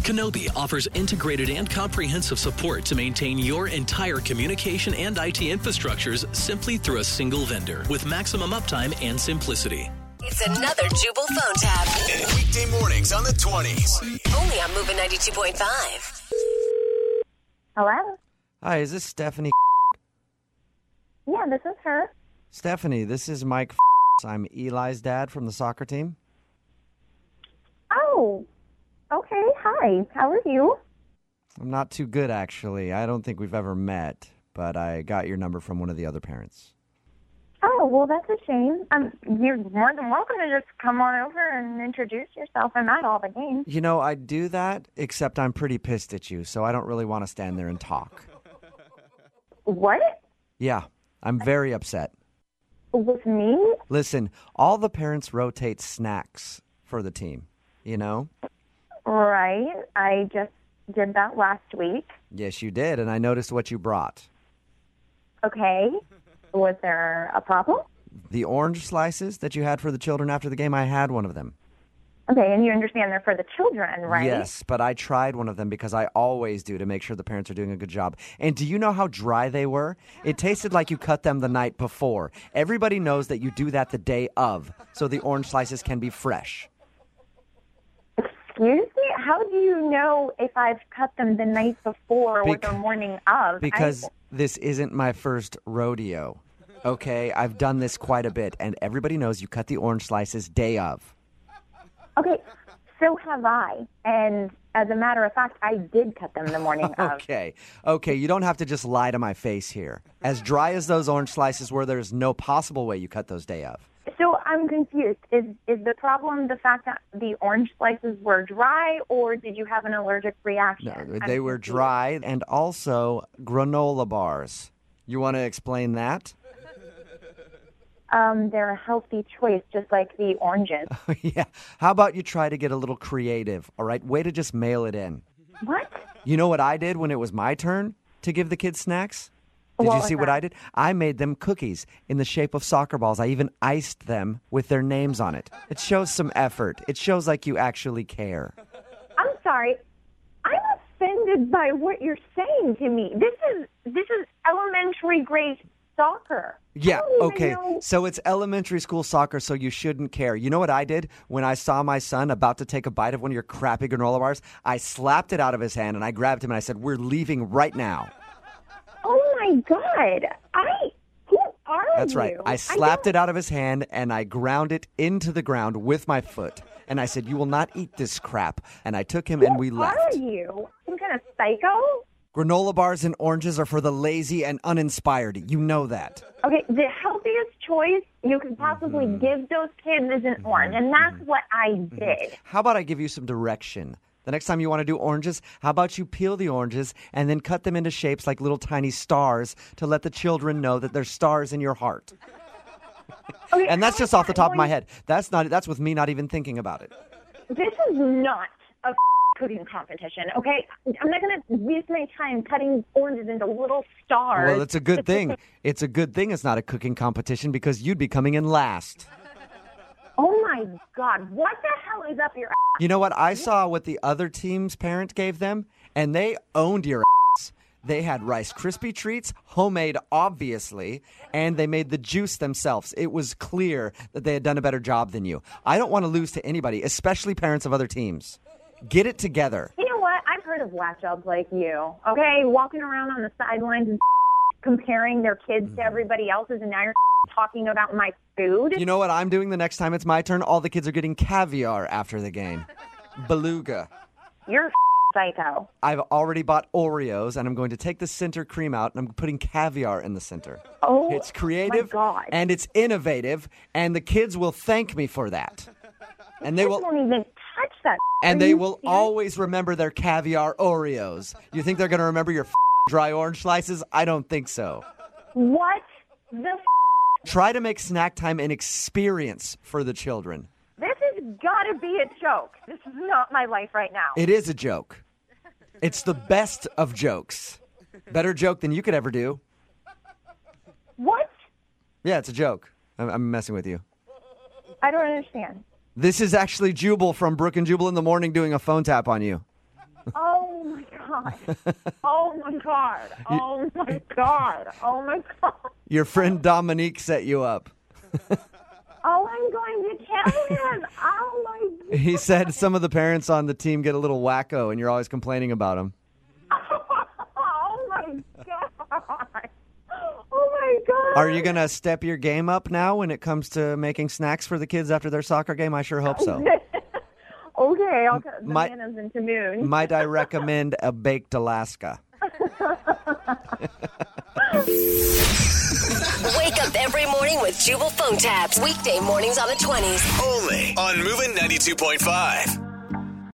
Kenobi offers integrated and comprehensive support to maintain your entire communication and IT infrastructures simply through a single vendor with maximum uptime and simplicity. It's another Jubal phone tab. Weekday mornings on the 20s. Only on Moving 92.5. Hello? Hi, is this Stephanie? Yeah, this is her. Stephanie, this is Mike. I'm Eli's dad from the soccer team. Oh, okay. Hi. How are you? I'm not too good, actually. I don't think we've ever met, but I got your number from one of the other parents. Oh, well, that's a shame. Um, you're more than welcome to just come on over and introduce yourself. I'm at all the games. You know, I do that, except I'm pretty pissed at you, so I don't really want to stand there and talk. What? Yeah, I'm very upset. With me? Listen, all the parents rotate snacks for the team, you know? Right. I just did that last week. Yes, you did, and I noticed what you brought. Okay. Was there a problem? The orange slices that you had for the children after the game, I had one of them. Okay, and you understand they're for the children, right? Yes, but I tried one of them because I always do to make sure the parents are doing a good job. And do you know how dry they were? It tasted like you cut them the night before. Everybody knows that you do that the day of, so the orange slices can be fresh. Excuse me? How do you know if I've cut them the night before Bec- or the morning of? Because I, this isn't my first rodeo. Okay, I've done this quite a bit, and everybody knows you cut the orange slices day of. okay, so have I. And as a matter of fact, I did cut them the morning of. Okay, okay, you don't have to just lie to my face here. As dry as those orange slices were, there's no possible way you cut those day of. So I'm confused. Is is the problem the fact that the orange slices were dry, or did you have an allergic reaction? No, I'm they were confused. dry and also granola bars. You want to explain that? Um, they're a healthy choice, just like the oranges. yeah. How about you try to get a little creative? All right. Way to just mail it in. what? You know what I did when it was my turn to give the kids snacks? Did What you was see what that? I did? I made them cookies in the shape of soccer balls. I even iced them with their names on it. It shows some effort. It shows like you actually care. I'm sorry. I'm offended by what you're saying to me. This is this is elementary grade soccer. Oh, I Yeah, don't even okay. know- So it's elementary school soccer, so you shouldn't care. You know what I did when I saw my son about to take a bite of one of your crappy granola bars? I slapped it out of his hand and I grabbed him and I said, We're leaving right Ah, now. Oh my god! I who are That's you? right. I slapped it out of his hand and I ground it into the ground with my foot. And I said, You will not eat this crap. And I took him and we Who are left. you? Some kind of psycho? Granola bars and oranges are for the lazy and uninspired. You know that. Okay, the healthiest choice you could possibly Mm-hmm. give those kids is an orange, and that's what I did. How about I give you some direction? The next time you want to do oranges, how about you peel the oranges and then cut them into shapes like little tiny stars to let the children know that there's stars in your heart. Okay, And that's how just off the is top of my that head. That's not that's with me not even thinking about it. going- This is not a cooking competition, okay? I'm not going to waste my time cutting oranges into little stars. Well, it's a good thing. It's a good thing it's not a cooking competition because you'd be coming in last. Oh my God, what the hell is up your ass? You know what? I saw what the other team's parent gave them, and they owned your ass. They had Rice Krispie treats, homemade, obviously, and they made the juice themselves. It was clear that they had done a better job than you. I don't want to lose to anybody, especially parents of other teams. Get it together. You know what? I've heard of whack jobs like you, okay? Walking around on the sidelines and comparing their kids to everybody else's, and now you're talking about my food? Mm-hmm. You know what I'm doing the next time it's my turn? All the kids are getting caviar after the game. Beluga. You're a psycho. I've already bought Oreos, and I'm going to take the center cream out, and I'm putting caviar in the center. Oh, It's creative My God. and it's innovative, and the kids will thank me for that. And they will won't even touch that. and Are they you will serious? always remember their caviar Oreos. You think they're going to remember your f- dry orange slices? I don't think so. What the? F- Try to make snack time an experience for the children. this has got to be a joke. This is not my life right now. It is a joke. It's the best of jokes. Better joke than you could ever do. what? Yeah, it's a joke. I'm, I'm messing with you. I don't understand. This is actually Jubal from Brook and Jubal in the Morning doing a phone tap on you. Oh my god. Oh my god. Oh my god. Oh my god. Your friend Dominique set you up. Oh, I'm going to tell him. Oh my god. He said some of the parents on the team get a little wacko, and you're always complaining about them. Oh my god. Oh my god. Are you going to step your game up now when it comes to making snacks for the kids after their soccer game? I sure hope so. Okay, I'll cut my- bananas into moon. Might I recommend a baked Alaska? Wake up every morning with Jubal phone tabs. Weekday mornings on the 20s. Only on Moving 92.5.